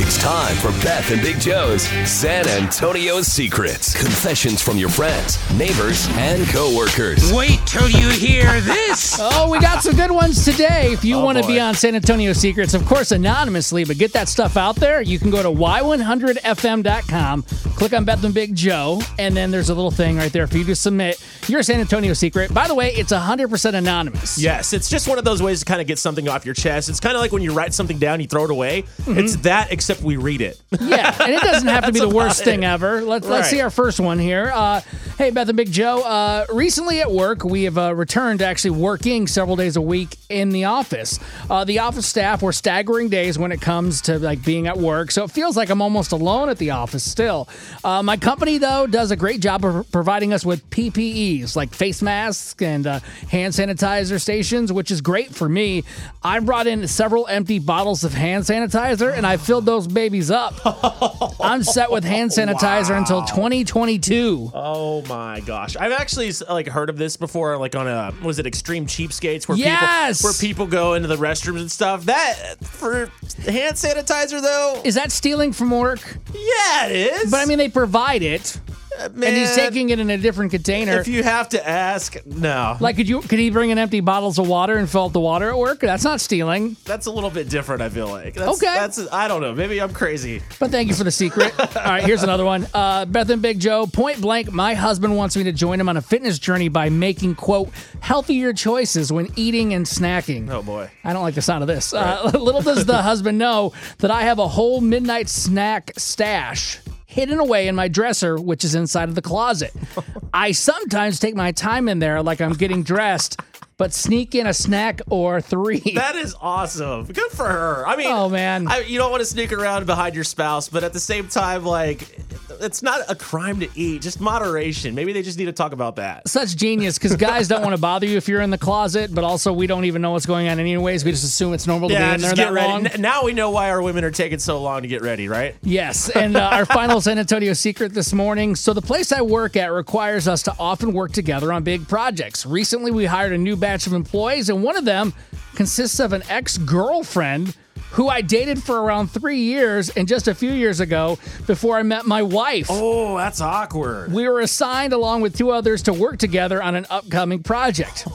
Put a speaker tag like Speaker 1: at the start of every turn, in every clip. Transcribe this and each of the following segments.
Speaker 1: It's time for Beth and Big Joe's San Antonio's Secrets. Confessions from your friends, neighbors, and coworkers.
Speaker 2: Wait till you hear this.
Speaker 3: Oh, we got some good ones today. If you want to be on San Antonio Secrets, of course, anonymously, but get that stuff out there. You can go to y100fm.com, click on Bethlehem Big Joe, and then there's a little thing right there for you to submit your San Antonio secret. By the way, it's 100% anonymous.
Speaker 4: Yes, it's just one of those ways to kind of get something off your chest. It's kind of like when you write something down, you throw it away.
Speaker 3: Mm-hmm.
Speaker 4: It's that, except we read it.
Speaker 3: Yeah, and it doesn't have to be the
Speaker 4: That's
Speaker 3: worst
Speaker 4: about
Speaker 3: thing
Speaker 4: it.
Speaker 3: ever. Let's let's
Speaker 4: Right.
Speaker 3: see our first one here. Uh, hey, Beth and Big Joe. Uh, recently at work, we have uh, returned to actually working several days a week in the office. Uh, the office staff were staggering days when it comes to like being at work, so it feels like I'm almost alone at the office still. Uh, my company though does a great job of providing us with PPEs like face masks and uh, hand sanitizer stations, which is great for me. I brought in several empty bottles of hand sanitizer and I filled those babies up. I'm set with hand sanitizer until 2022.
Speaker 4: Oh my gosh! I've actually like heard of this before, like on a was it Extreme Cheapskates where
Speaker 3: Yes!
Speaker 4: people where people go into the restrooms and stuff. That for hand sanitizer though,
Speaker 3: Is that stealing from work?
Speaker 4: yeah, it is.
Speaker 3: But I mean, they provide it,
Speaker 4: Uh, Man,
Speaker 3: and he's taking it in a different container.
Speaker 4: If you have to ask, no,
Speaker 3: like, could you? Could he bring in empty bottles of water and fill up the water at work? That's not stealing.
Speaker 4: that's a little bit different. I feel like that's,
Speaker 3: Okay.
Speaker 4: That's I don't know. Maybe I'm crazy.
Speaker 3: But thank you for the secret. All right, here's another one. Uh, Beth and Big Joe, point blank, my husband wants me to join him on a fitness journey by making quote healthier choices when eating and snacking.
Speaker 4: Oh boy.
Speaker 3: I don't like the sound of this. Uh, little does the husband know that I have a whole midnight snack stash hidden away in my dresser, which is inside of the closet. I sometimes take my time in there like I'm getting dressed, but sneak in a snack or three.
Speaker 4: That is awesome. Good for her. I mean,
Speaker 3: Oh, man.
Speaker 4: I, you don't want to sneak around behind your spouse, but at the same time, like, it's not a crime to eat. Just moderation. Maybe they just need to talk about that.
Speaker 3: Such genius because guys don't want to bother you if you're in the closet, but also we don't even know what's going on anyways. We just assume it's normal to be
Speaker 4: Yeah,
Speaker 3: in there
Speaker 4: just
Speaker 3: that
Speaker 4: get ready.
Speaker 3: long.
Speaker 4: N- now we know why our women are taking so long to get ready, right?
Speaker 3: Yes, and uh, our final San Antonio secret this morning. So the place I work at requires us to often work together on big projects. Recently, we hired a new batch of employees, and one of them consists of an ex-girlfriend who I dated for around three years, and just a few years ago, before I met my wife.
Speaker 4: Oh, that's awkward.
Speaker 3: We were assigned, along with two others, to work together on an upcoming project.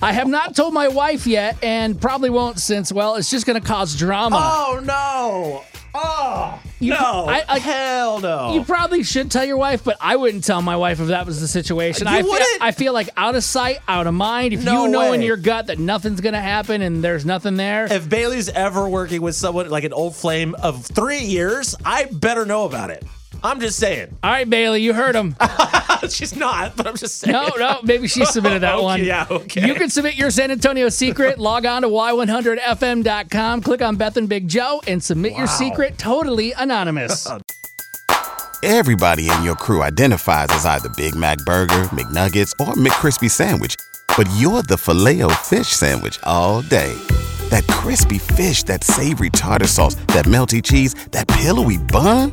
Speaker 3: I have not told my wife yet, and probably won't since, well, it's just going to cause drama.
Speaker 4: Oh no. Oh no.
Speaker 3: I- I-
Speaker 4: Hell no.
Speaker 3: You probably should tell your wife, but I wouldn't tell my wife if that was the situation.
Speaker 4: You
Speaker 3: I, feel,
Speaker 4: wouldn't?
Speaker 3: I feel like out of sight, out of mind. If
Speaker 4: No
Speaker 3: you know in
Speaker 4: way.
Speaker 3: your gut that nothing's going to happen and there's nothing there,
Speaker 4: if Bailey's ever working with someone like an old flame of three years, I better know about it. I'm just saying.
Speaker 3: all right, Bailey, you heard him.
Speaker 4: She's not, but I'm just saying.
Speaker 3: No, no, maybe she submitted that
Speaker 4: Okay,
Speaker 3: one.
Speaker 4: yeah, okay.
Speaker 3: You can submit your San Antonio secret. Log on to y100fm.com, click on Beth and Big Joe, and submit your secret totally anonymous.
Speaker 5: Everybody in your crew identifies as either Big Mac Burger, McNuggets, or McCrispy Sandwich, but you're the filet fish Sandwich all day. That crispy fish, that savory tartar sauce, that melty cheese, that pillowy bun.